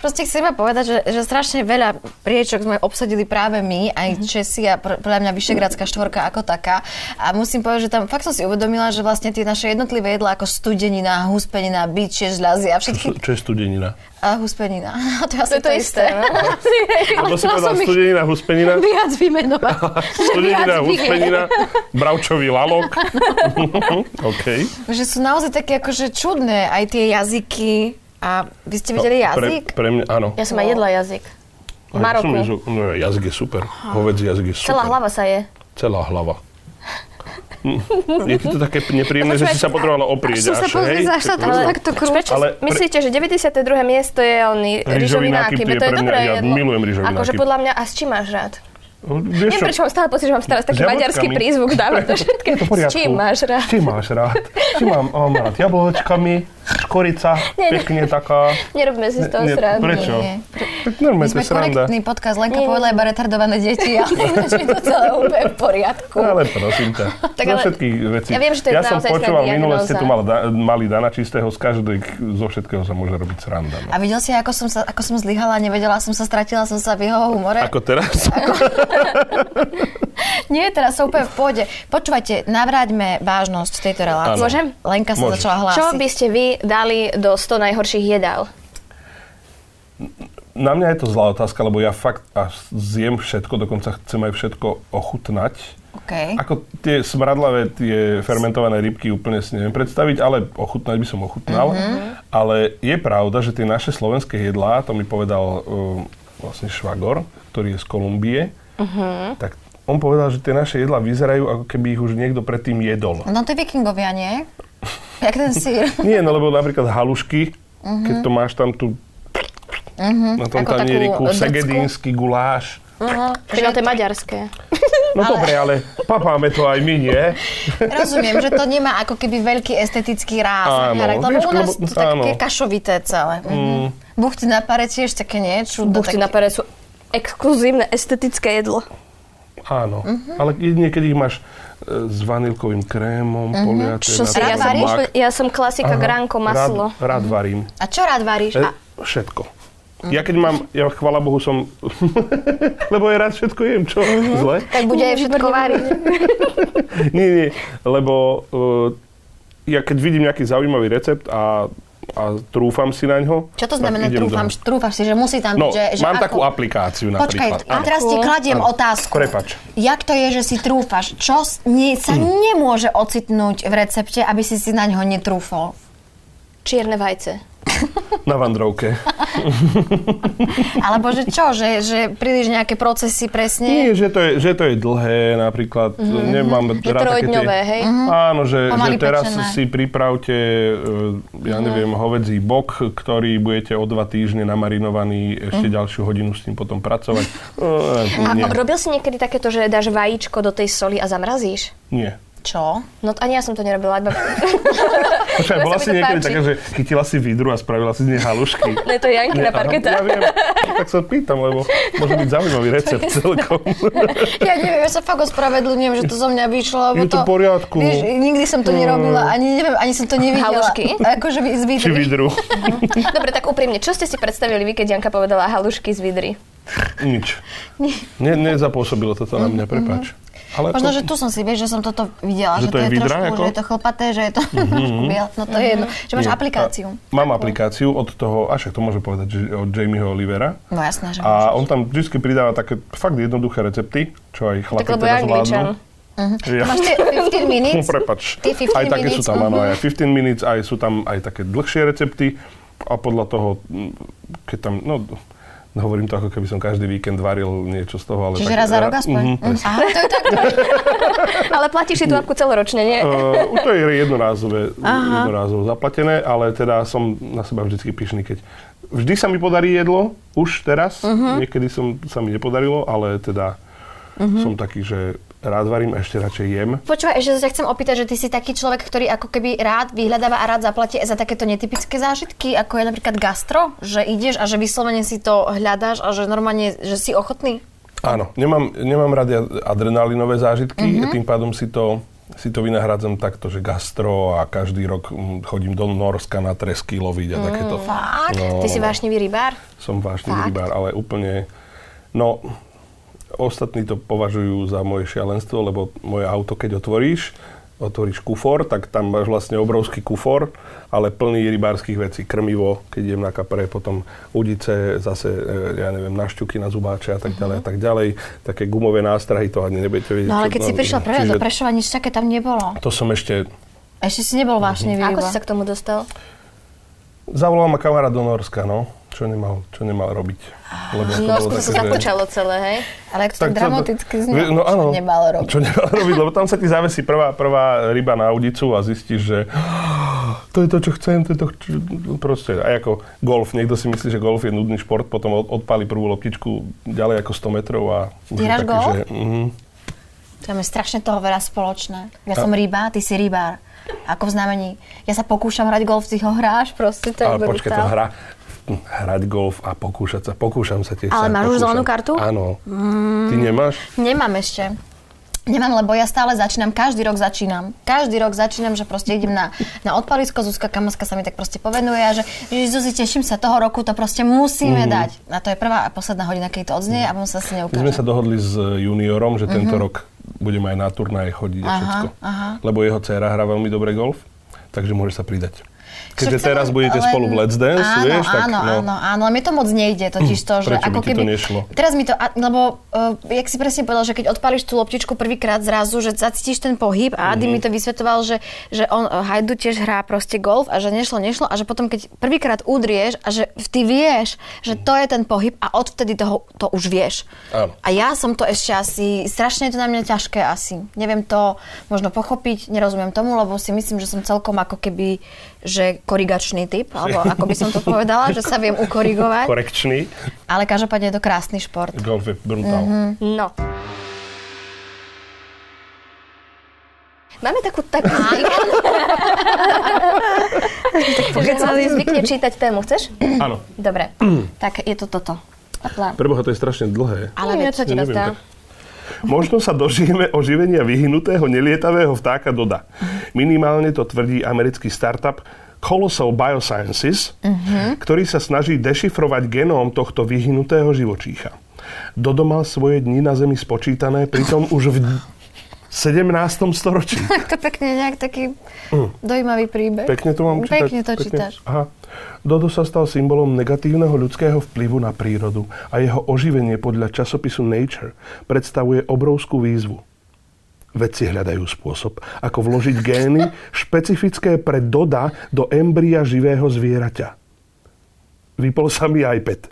Proste chcem iba povedať, že, že strašne veľa priečok sme obsadili práve my, aj Mhm. Česi a pr- podľa mňa Vyšegradská štvorka ako taká. A musím povedať, že tam fakt som si uvedomila, že vlastne tie naše jednotlivé jedlá ako studenina, huspenina, biče, žľazy a všetky... Čo je studenina? A huspenina, to je To asi je to isté. no. Lebo si chcela povedal som ich- studenina, huspenina, Viac vymenovať. studenina, viac vyhne. huspenina, bravčový lalok. OK. že sú naozaj také akože čudné aj tie jazyky. A vy ste videli jazyk? No, Pre, pre mňa, áno. Ja som aj jedla jazyk. V Aj, Maroku. som jezdil- no, jazyk je super. Hovedzi jazyk je super. Celá hlava sa je. Celá hlava. Mm. Je ti to také nepríjemné, že si sa potrebovala oprieť. Som až, sa hej? pozrieť, až sa to takto krúti. Prečo Ale ale pre- myslíte, že 92. miesto je oný Rýžový rýžový nákyp nákyp? je To je pre mňa- dobré ja jedlo. milujem rýžový Akože nákyp. podľa mňa, a s čím máš rád? No, Vieš Neviem, čo? prečo mám stále pocit, že mám teraz taký S jablkami. maďarský prízvuk dáva to všetky. Je to v S poriadku. čím máš S rád? čím máš rád? S čím mám, mám rád? Jablčkami, škorica, Nie, nie. pekne taká. Nerobme si z toho Ne- ne, srandu. Prečo? Nie. Tak My normálne to sme je sranda. korektný podcast, Lenka Nie, nie, povedala iba retardované deti, ale ináč je to celé úplne v poriadku. No, Ale prosím ťa, Tak tak na ale- všetkých vecí. Ja viem, že to je ja som naozaj počúval, snad minule ste diagnóza. tu mali, da, mali Dana Čistého, z každej, zo všetkého sa môže robiť sranda. No. A videl si, ako som, sa, ako som zlyhala, nevedela som sa, stratila som sa v jeho humore? Ako teraz? Nie, teraz som úplne v pôde. Počúvajte, navráťme vážnosť tejto relácie. Áno. Môžem? Lenka sa Môžeš. začala hlásiť. Čo by ste vy dali do 100 najhorších jedál? Na mňa je to zlá otázka, lebo ja fakt až zjem všetko, dokonca chcem aj všetko ochutnať. Okej. Ako tie smradlavé, tie fermentované rybky úplne si neviem predstaviť, ale ochutnať by som ochutnal. Mhm. Ale je pravda, že tie naše slovenské jedlá, to mi povedal um, vlastne švagor, ktorý je z Kolumbie, Mhm. tak on povedal, že tie naše jedlá vyzerajú, ako keby ich už niekto predtým jedol. No to je vikingovia, nie? Jak ten sír. Nie, no lebo napríklad halušky, keď to máš tam tu na tom Mhm. Ako takú tanieriku, drcku. segedínsky guláš. Že to je maďarské. No dobre, ale papáme to aj my, nie? Rozumiem, že to nemá ako keby veľký estetický ráz. Áno, Áno, lebo vieš, u nás lebo- to také áno. kašovité celé. Mm. Buchty na pare tiež také niečo. Buchty na pere sú exkluzívne estetické jedlo. Áno. Mhm. Ale niekedy ich máš e, s vanilkovým krémom, poliaté. Mhm. Čo si na ja tom varím? mak. Ja som klasika Áno, gránko maslo. Rád, rád varím. A čo rád varíš? E, A, Mhm. všetko. Ja keď mám, ja chvala Bohu som, lebo ja rád všetko jem, čo? Mhm. Zle? tak bude aj všetko variť. Nie, nie, lebo uh, ja keď vidím nejaký zaujímavý recept a, a trúfam si na ňo, Čo to znamená trúfam? Trúfaš si, že musí tam No, byť, že, že mám ako? takú aplikáciu Počkaj, napríklad. a Áno. teraz ti kladiem otázku. Prepač. Jak to je, že si trúfaš? Čo s- nie, sa Mm. nemôže ocitnúť v recepte, aby si si na ňo netrúfol? Čierne vajce. Na vandrovke. Alebo že čo? Že, že príliš nejaké procesy presne? Nie, že to je, že to je dlhé napríklad, nemám Je rád také Mhm. tie... Mm. trojdňové, hej? Áno, že, že Pomaly teraz pečené. si pripravte, e, Mhm. ja neviem, hovedzí bok, ktorý budete o dva týždne namarinovaný, ešte ďalšiu hodinu s ním potom pracovať. E, Mhm. A nie, robil si niekedy takéto, že dáš vajíčko do tej soli a zamrazíš? nie. Čo? No t- ani ja som to nerobila. Iba... Počkaj, Lebo sa bola mi si to niekedy páči. taká, že chytila si vidru a spravila si z nej halušky. Ne, to je Janky na aha, parketa. Ja viem, tak sa pýtam, lebo môže byť zaujímavý recept celkom. Ja neviem, ja sa fakt ospravedlňujem, že to zo mňa vyšlo, lebo Je to v poriadku. Eh. Vieš, nikdy som to nerobila, ani neviem, ani som to nevidela. Halušky? Akože vy- z Či vidry. vidru. Dobre, tak úprimne, čo ste si predstavili vy, keď Janka povedala halušky z vidry? Mhm, Nič. Ne, nezapôsobilo toto na mňa, prepáč. Ale Možno, to- že tu som si, vieš, že som toto videla, Že že, to je vidra trošku, ako? Mhm. že je to chlpaté, že je to trošku biele, no to je jedno, že máš Nie. aplikáciu. A- Mám aplikáciu od toho, a však to môžem povedať, že od Jamieho Olivera. No jasné, že A on tam vždy pridáva také fakt jednoduché recepty, čo aj chlapi lebo teraz je zvládnu. Angličan. Mhm. Ja, Máš tie 15 No, minút? prepač. Ty 15 Aj také sú minutes, tam, mhm. áno, aj 15 minutes, aj sú tam aj také dlhšie recepty a podľa toho, mm, keď tam, no, hovorím to ako keby som každý víkend varil niečo z toho, ale Čiže no, tak, raz za rok ra- aspoň? Mhm, presne. Aha, to je tak. Ale platíš si tú apku celoročne, nie? Uh, to je jednorázové, jednorázovo zaplatené, ale teda som na seba vždycky pyšný, keď vždy sa mi podarí jedlo, už teraz, niekedy som, sa mi nepodarilo, ale teda som taký, že rád varím a ešte radšej jem. Počúvaj, ešte sa ťa chcem opýtať, že ty si taký človek, ktorý ako keby rád vyhľadáva a rád zaplatí aj za takéto netypické zážitky, ako je napríklad gastro, že ideš a že vyslovene si to hľadáš a že normálne, že si ochotný? Áno, nemám, nemám rád ja adrenalinové zážitky, tým pádom si to, si to vynahrádzam takto, že gastro a každý rok mm, chodím do Norska na tresky loviť a takéto. Fakt? No, Ty si no. vášnivý rybár? Som vážny rybár, ale úplne... No, ostatní to považujú za moje šialenstvo, lebo moje auto, keď otvoríš, otvoríš kufor, tak tam máš vlastne obrovský kufor, ale plný rybárskych vecí. Krmivo, keď idem na kapre, potom udice, zase, e, ja neviem, na šťuky, na zubáče a tak Mhm. ďalej a tak ďalej. Také gumové nástrahy, to ani nebudete vedieť. No ale čo keď to- si prišla prvé Čiže do Prešova, nič také tam nebolo. To som ešte... Ešte Mhm. si nebol vášnivý Ako iba. si sa k tomu dostal? Zavolal ma kamarát do Norska, no. Čo nemal, čo nemal robiť. Lebo to No, V bolo Norsku to No, také, sa že- započalo celé, hej? Ale ak to tak, to- dramaticky Vie- znie, no, áno, čo nemal robiť. Čo nemal robiť, lebo tam sa ti zavesí prvá, prvá ryba na udicu a zistíš, že to je to, čo chcem, to je to, čo... proste, aj ako golf. Niekto si myslí, že golf je nudný šport, potom od- odpáli prvú loptičku ďalej ako 100 metrov a... už Ty je hráš taký, golf? Že, mm, To máme strašne toho veľa spoločné. Ja som ryba, ty si rybár. Ako v znamení. Ja sa pokúšam hrať golf, ty ho hráš proste, to je ale brutál. počkaj, to hra, hrať golf a pokúšať sa, pokúšam sa tiež. Ale sám, máš už pokúšam. zelenú kartu? Mm. Áno. Ty nemáš? Nemám ešte. Nemám, lebo ja stále začínam, každý rok začínam. Každý rok začínam, že proste idem na, na odpalisko, Zuzka Kamaska sa mi tak proste povenuje a že Ježiš, Zuzi, teším sa toho roku, to proste musíme dať. A to je prvá a posledná hodina, keď to odznie a potom sa si Mhm. My sme neukáže. sa dohodli s eh, juniorom, že tento rok budeme aj na turnaje chodiť a Mhm. Aha, všetko. aha. Lebo jeho dcéra hrá veľmi dobre golf, takže môže sa pridať. Keďže Však teraz chcem budete len- spolu v Let's Dance, áno, vieš, áno, tak no. Hm, Áno, áno, áno, ale mi to moc nejde, totiž to, že Prečo by ako ti to keby... nešlo? Teraz mi to, a- lebo, uh, jak si presne povedal, že keď odpališ tú loptičku prvýkrát zrazu, že zacítiš ten pohyb a Mhm. Adi mi to vysvetoval, že, že on uh, Hajdu tiež hrá proste golf a že nešlo, nešlo a že potom keď prvýkrát udrieš a že ty vieš, že to je ten pohyb a odvtedy toho, to už vieš. Mhm. Áno. A ja som to ešte asi, strašne je to na mňa ťažké asi. Neviem to možno pochopiť, nerozumiem tomu, lebo si myslím, že som celkom ako keby, že korigačný typ, alebo ako by som to povedala, že sa viem ukorigovať. korekčný. Ale každopádne je to krásny šport. Golf je brutál. Mhm. No. Máme takú takú... Že sa zvykne čítať tému, chceš? Áno. Dobre, Mm. tak je to toto. A plán. Preboha, to je strašne dlhé. Ale neviem, čo ti neviem, rozdá. tak. Možno sa dožijeme oživenia vyhnutého nelietavého vtáka Doda. Minimálne to tvrdí americký startup Colossal Biosciences, ktorý sa snaží dešifrovať genóm tohto vyhnutého živočícha. Dodo mal svoje dni na Zemi spočítané, pritom už v 17. storočí. Tak to pekne nejak taký dojímavý príbeh. Mm. Pekne to mám čítať. Pekne to čítaš. Aha. Dodo sa stal symbolom negatívneho ľudského vplyvu na prírodu a jeho oživenie podľa časopisu Nature predstavuje obrovskú výzvu. Vedci hľadajú spôsob, ako vložiť gény špecifické pre Doda do embria živého zvieraťa. Vypol sa mi iPad.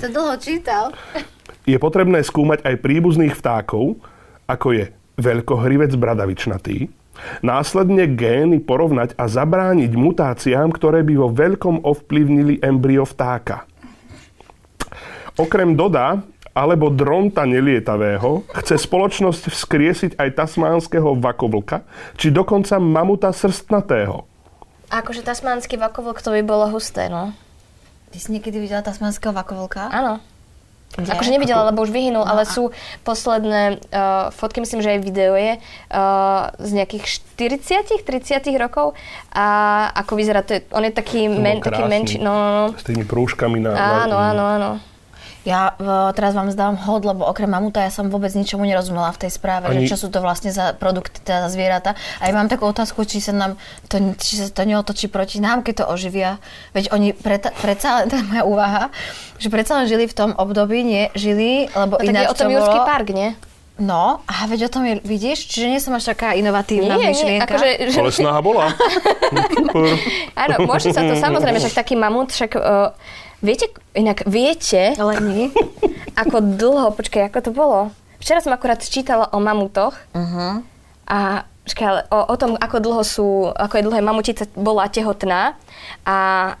Sa dlho čítal. Je potrebné skúmať aj príbuzných vtákov, ako je veľkohrivec bradavičnatý, následne gény porovnať a zabrániť mutáciám, ktoré by vo veľkom ovplyvnili embryo vtáka. Okrem Doda alebo dronta nelietavého chce spoločnosť vzkriesiť aj tasmánskeho vakovlka, či dokonca mamuta srstnatého. Akože tasmánsky vakovlk, to by bolo husté, no. Ty si niekedy videla tasmanského vakovolka? Áno. Akože nevidela, lebo už No vyhynul, ale sú posledné uh, fotky, myslím, že aj video je, uh, z nejakých 40 30 rokov a ako vyzerá, to je, on je taký, men, taký menší, no, no, no. S tými prúškami na... na- Áno, áno, áno. Ja e, teraz vám zdávam hod, lebo okrem mamuta ja som vôbec ničomu nerozumela v tej správe, Ani- že čo sú to vlastne za produkty, teda za zvieratá. A ja mám takú otázku, či sa nám to, či sa to neotočí proti nám, keď to oživia. Veď oni preta, predsa len, to je moja úvaha, že predsa len žili v tom období, nie žili, lebo No, tak je ináč o tom to Jurský bolo... park, nie? No, a veď o tom je, vidíš, čiže nie som až taká inovatívna nie, nie, myšlienka. akože, že, Ale snaha bola. Super. áno, môže sa to samozrejme, však taký mamut, však uh, viete, inak viete, Ale nie. ako dlho, počkaj, ako to bolo? Včera som akurát čítala o mamutoch Uh-huh. a počkaj, ale o, o tom, ako dlho sú, ako je dlhé mamutica bola tehotná a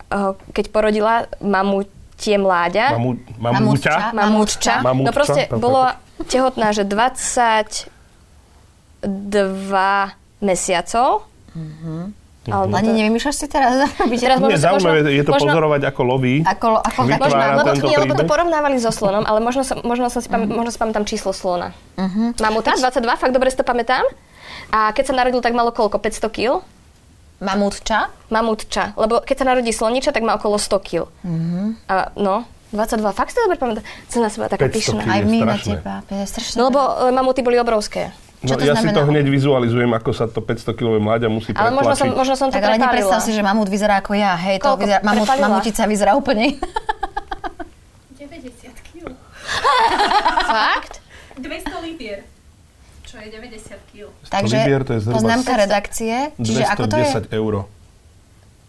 o, keď porodila mamutie mláďa, Mamu, mamúťa. mamúčča, Mamúčča. no proste Mamúčča, bola tehotná, že 22 mesiacov. Mhm. Alebo Ani nevymýšľaš si teraz? Teraz Nie, možno- zaujímavé je to možno- pozorovať, ako loví. Ako, ako Vytvára Možno, Vytváram lebo, tento nie, lebo to príbeh. No, porovnávali so slonom, ale možno, som, možno, som si pam, možno si pamätám číslo slona. Uh-huh. Mamuta, 22, fakt dobre si to pamätám. A keď sa narodil, tak malo koľko? 500 kg? mamutča? Mamutča. Lebo keď sa narodí sloniča, tak má okolo 100 kg. Uh-huh. A no, 22, fakt si to dobre pamätám. Som na seba taká 500 pyšná. kil. Aj Je my na strašné. teba. To je strašné. No lebo e, mamuty boli obrovské. Čo No, to ja si to znamená? hneď vizualizujem, ako sa to 500-kilové mláďa musí Ale možno som, pretlačiť. možno som to tak ale prepálila. nepredstav si, že mamut vyzerá ako ja. Hej, to Koľko vyzerá, mamut, prepálila? mamutica vyzerá úplne iná. 90 kg. Fakt? 200 libier. Čo je 90 kg. Takže libier, to je zhruba poznámka redakcie. Čiže ako to je? 210 eur.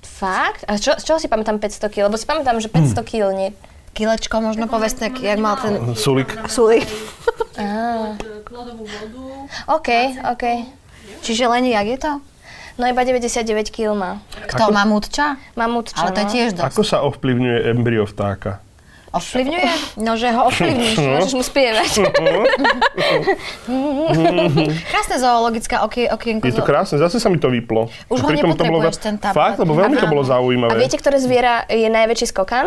Fakt? A čo, z čoho si pamätám 500 kg? Lebo si pamätám, že 500 kg nie. Kilečko možno povedzte, jak mal ten... Sulik. Sulik. Plodovú vodu. OK, OK. Čiže Leni, jak je to? No iba 99 kg má. Kto, Ako- mamutča? Mamutča, Ale to je no. tiež dosť. Ako sa ovplyvňuje embryo vtáka? Ovplyvňuje? No, že ho ovplyvní. No. Môžeš mu spievať. Krásne zoologická okie, okienko. Je to krásne, zase sa mi to vyplo. Už A ho pritom to bolo nepotrebuješ, veľ- ten tablet. Fakt, lebo veľmi to bolo A zaujímavé. viete, ktoré zviera je najväčší skokan?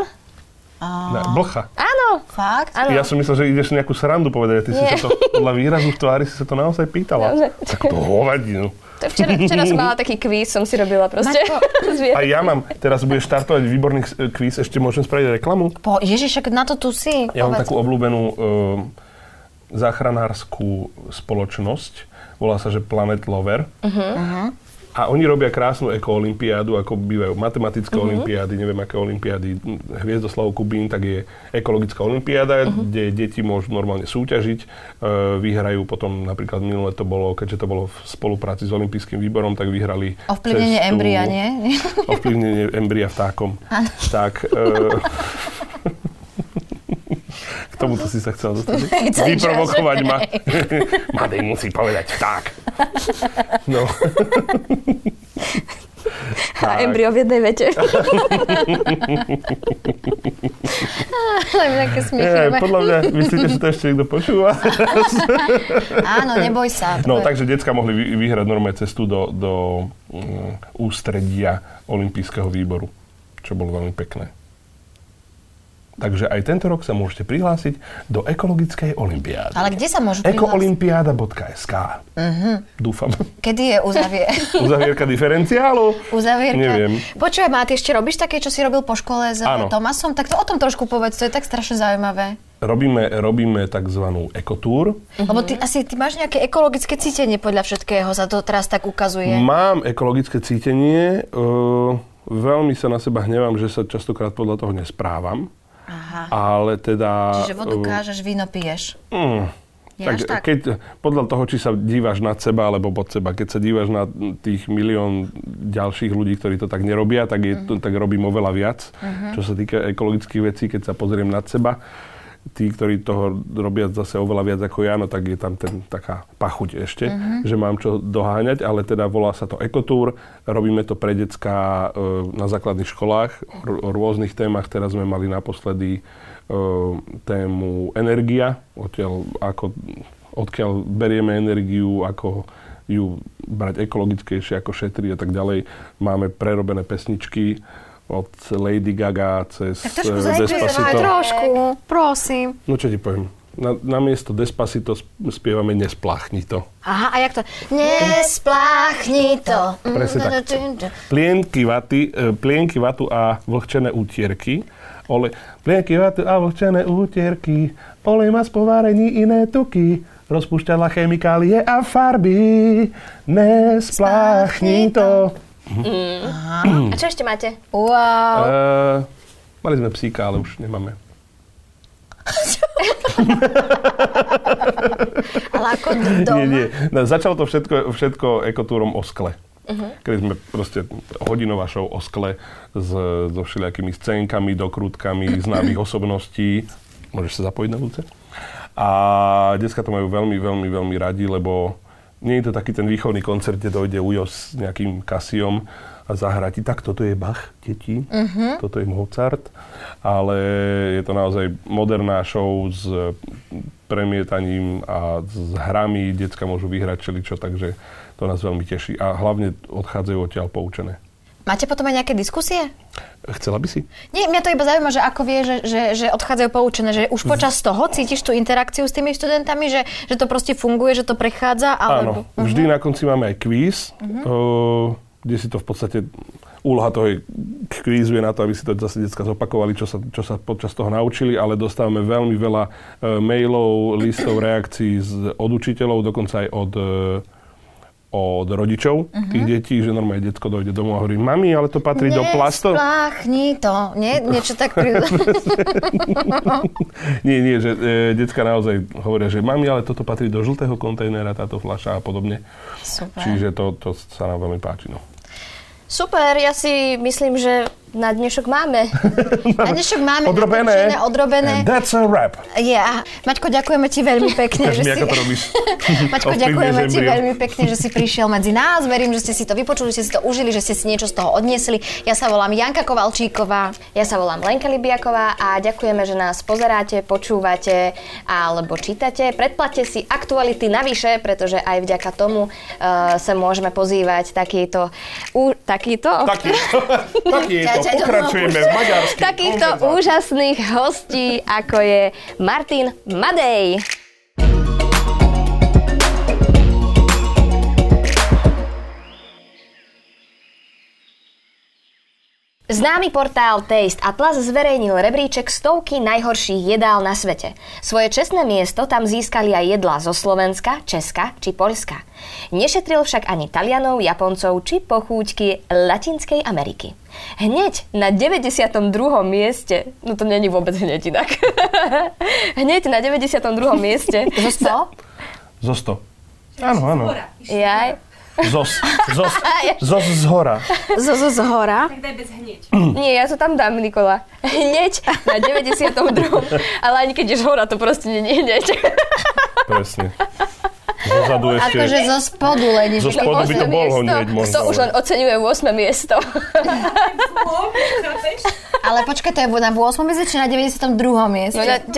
Ne, blcha. Áno. Fakt? Áno. Ja som myslel, že ideš nejakú srandu povedať, a ty si Nie. sa to, podľa výrazu v tvári si sa to naozaj pýtala. Naozaj. Tak to hovadinu. To Včera, včera som mala taký kvíz, som si robila proste. A Zviera. ja mám, teraz bude štartovať výborný s- e, kvíz, ešte môžem spraviť reklamu. Po, Ježiš, však na to tu si. Ja mám Povedz. takú obľúbenú um, záchranárskú spoločnosť, volá sa, že Planet Lover. Mhm. A oni robia krásnu ekoolympiádu, ako bývajú matematické Mhm. olympiády, neviem aké olympiády, m, Hviezdoslav Kubín, tak je ekologická olympiáda, Mhm. kde deti môžu normálne súťažiť, e, vyhrajú potom, napríklad minule to bolo, keďže to bolo v spolupráci s olympijským výborom, tak vyhrali Ovplyvnenie cestu- embria, nie? ovplyvnenie embria vtákom. Tak, e, k tomuto si sa chcel dostať. Vyprovokovať ma. Madej musí povedať vták. No. A E, embryo v jednej vete. Len také Je, smiešné. podľa mňa, myslíte, že to ešte niekto počúva? Áno, neboj sa. No, Povedz. takže decka mohli vy- vyhrať normálne cestu do, do mm, ústredia olympijského výboru, čo bolo veľmi pekné. Takže aj tento rok sa môžete prihlásiť do ekologickej olympiády. Ale kde sa môžu prihlásiť? Ekoolympiáda.sk Mhm. Dúfam. Kedy je uzavie? Uzavierka diferenciálu. uzavierka? Neviem. Počúvaj ma, a ty ešte robíš také, čo si robil po škole s Áno. Áno. Tomasom? Tak to o tom trošku povedz, to je tak strašne zaujímavé. Robíme, robíme tzv. ekotúr. Mhm. Lebo ty asi ty máš nejaké ekologické cítenie podľa všetkého, sa to teraz tak ukazuje. Mám ekologické cítenie. eh, veľmi sa na seba hnevám, že sa častokrát podľa toho nesprávam. Aha. Ale teda... Čiže vodu eh, kážeš, víno piješ. Mm. Je Tak, až tak? Keď, podľa toho, či sa díváš na seba alebo pod seba, keď sa dívaš na tých milión ďalších ľudí, ktorí to tak nerobia, tak, je, Mhm. to, tak robím oveľa viac, čo sa týka ekologických vecí, keď sa pozriem na seba. Tí, ktorí toho robia zase oveľa viac ako ja, no tak je tam ten, taká pachuť ešte, Mhm. že mám čo doháňať, ale teda volá sa to ekotúr, robíme to pre decka e, na základných školách o, o rôznych témach. Teraz sme mali naposledy e, tému energia, odtiaľ, ako, odkiaľ berieme energiu, ako ju brať ekologickejšie, ako šetriť a tak ďalej. Máme prerobené pesničky od Lady Gaga cez Tak trošku eh, zajdeš, Despacito. trošku, prosím. No čo ti poviem, na, namiesto Despacito sp- spievame Nesplachni to. Aha, a jak to? Nespláchni to. Mm, Presne tak. Plienky, vaty, e, plienky vatu a vlhčené útierky. Ole, plienky vatu a vlhčené útierky. Olej má z povárení iné tuky. Rozpúšťadla chemikálie a farby. Nespláchni to. Mm. A čo ešte máte? E, mali sme psíka, ale už nemáme. Ale ako doma? Nie, nie. No, začalo to všetko, všetko ekotúrom o skle. Uh-huh. Kedy sme proste hodinová show o skle s, so všelijakými scénkami, dokrutkami známych osobností. Môžeš sa zapojiť na budúce? A detská to majú veľmi, veľmi, veľmi radi, lebo nie je to taký ten výchovný koncert, kde dojde ujo s nejakým kasiom a zahrá ti, tak toto je Bach, deti, uh-huh. toto je Mozart, ale je to naozaj moderná show s premietaním a s hrami, decka môžu vyhrať čeličo, takže to nás veľmi teší a hlavne odchádzajú odtiaľ poučené. Máte potom aj nejaké diskusie? Chcela by si? Nie, mňa to iba zaujíma, že ako vie, že, že, že odchádzajú poučené, že už počas Mm. toho cítiš tú interakciu s tými študentami, že, že to proste funguje, že to prechádza, Áno, alebo... vždy na konci máme aj kvíz, uh, kde si to v podstate úloha toho je- k- kvízu je na to, aby si to zase detská zopakovali, čo sa, čo sa počas toho naučili, ale dostávame veľmi veľa e, mailov, listov, reakcií z, od učiteľov, dokonca aj od, e, od rodičov tých detí, že normálne detko dojde domov a hovorí, mami, ale to patrí do plastov. Nespláchni to, nie? Niečo tak... pri- Nie, nie, že e, detská naozaj hovoria, že mami, ale toto patrí do žltého kontajnera, táto fľaša a podobne. Super. Čiže to, to sa nám veľmi páči. No. Super, ja si myslím, že na dnešok máme. A dnešok máme Odrobené. natočené, odrobené. And that's a wrap. Yeah. Maťko, ďakujeme ti veľmi pekne, že Až mi, si... ako to robíš. Maťko, Ovplyvňuješ ďakujeme ti embryo. veľmi pekne, že si prišiel medzi nás. Verím, že ste si to vypočuli, že ste si to užili, že ste si niečo z toho odniesli. Ja sa volám Janka Kovalčíková. Ja sa volám Lenka Libiaková a ďakujeme, že nás pozeráte, počúvate alebo čítate. Predplatte si aktuality navyše, pretože aj vďaka tomu eh, sa môžeme pozývať takýto... U, takýto? Taký, taký je to. Ťa- ťa- Pokračujeme v maďarskej takýchto konverzácii. úžasných hostí, ako je Martin Madej. Známy portál Taste Atlas zverejnil rebríček stovky najhorších jedál na svete. Svoje čestné miesto tam získali aj jedlá zo Slovenska, Česka či Poľska. Nešetril však ani Talianov, Japoncov či pochúťky Latinskej Ameriky. Hneď na 92. mieste, no to není vôbec hneď inak, hneď na 92. mieste sa... Zo 100. Áno, áno. Hora. Išli. Jaj, Zos, zos, zos z hora. Zo, zo, z hora. Tak daj bez hneď. Nie, ja to tam dám, Nikola. Hneď na 92. Ale ani keď je hora, to proste nie je hneď. Presne. Zozadu ešte. Akože zo spodu len. Zo spodu by to Osme bolo miesto. hneď možno. To už len oceňujem 8. miesto. Flop, chápeš? Ale počkaj, to je na 8. mieste či na 92. mieste? No na 92.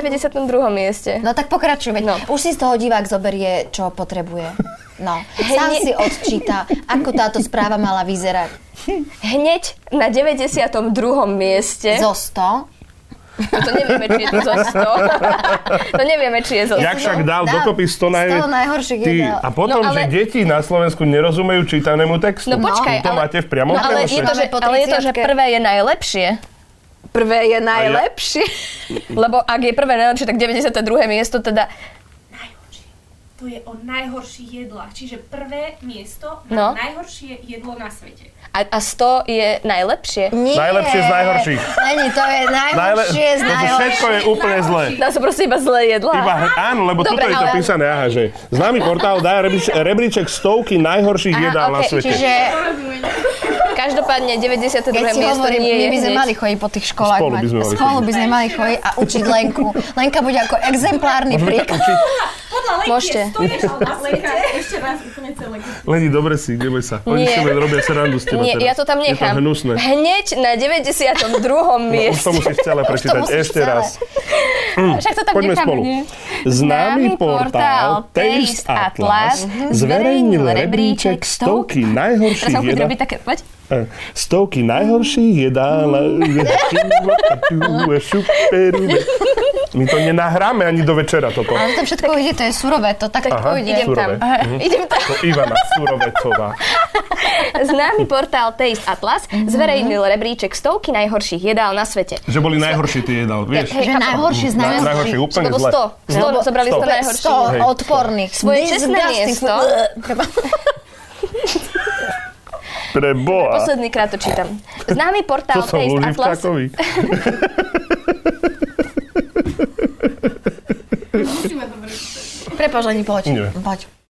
mieste. No tak pokračuj, veď. No. Už si z toho divák zoberie, čo potrebuje. No, Hej, sám nie- si odčíta, ako táto správa mala vyzerať. Hneď na 92. mieste. Zo 100. No to nevieme, či je to zo 100. to nevieme, či je zo 100. Jak však dal dokopy 100 naj... 100 najhorších Ty, jedál. a potom, No, že ale- deti na Slovensku nerozumejú čítanému textu. No počkaj, to ale- máte v priamom No, ale, je to, že, Máme po ale je to, že 30-ke. prvé je najlepšie. Prvé je najlepšie. Lebo ak je prvé najlepšie, tak 92. miesto teda... Najhoršie. To je o najhorších jedlách. Čiže prvé miesto No. na najhoršie jedlo na svete. A, a 100 je najlepšie. Nie. Najlepšie z najhorších. Není, to je Najle- najhoršie z Lebo najhorších. Všetko je úplne zlé. Dá sa proste iba zlé jedlá. Iba, áno, lebo Dobre, Dobre, toto je to ale- písané, aha, že známy portál dá rebríč, rebríček stovky najhorších Aha, jedál na okej, svete. Čiže, Každopádne 92. keď si miesto hovorím, nie je my by sme hneď. mali chodiť po tých školách. Spolu by sme mali Spolu chodiť. by sme mali chodiť a učiť Lenku. Lenka bude ako exemplárny Môžeme ťa príklad. učiť? Podľa Lenky Môžete. je 100 jedál na svete. Ešte raz úplne celé. Leni, dobre si, neboj sa. Oni Nie. si len robia srandu s teba Nie, teraz. ja to tam nechám. Je to hnusné. Hneď na 92. No, už mieste. to musíš celé prečítať musíš ešte celé. raz. Mm. Však to tam Poďme necháme, spolu. nie? Známy portál Taste Atlas zverejnil rebríček stovky Teraz najhorších sa jedál. robiť také, poď. Eh, Stovky najhorších jedál. Šupa, šupa, šupa, šupa. My to nenahráme ani do večera toto. Ale to všetko ide, to je surové, to takto Aha, ide. idem tam. Surové. Mhm. Idem tam. To Ivana Surovecová. Známy portál Taste Atlas zverejnil rebríček stovky najhorších jedál na svete. Že boli najhorší tie jedál, vieš? Že najhoršie z Na, najhorších. najhorší, úplne Lebo zle. 100. Mhm. 100 zobrali 100 Sto. najhorších. 100 Hej. odporných. Svoje čestné miesto. Pre boha. Posledný krát to čítam. Známy To portál som Taste Luži Atlas... Vtákovi. Musíme to veriť. Prepaž, ani poď. Nie. Poď.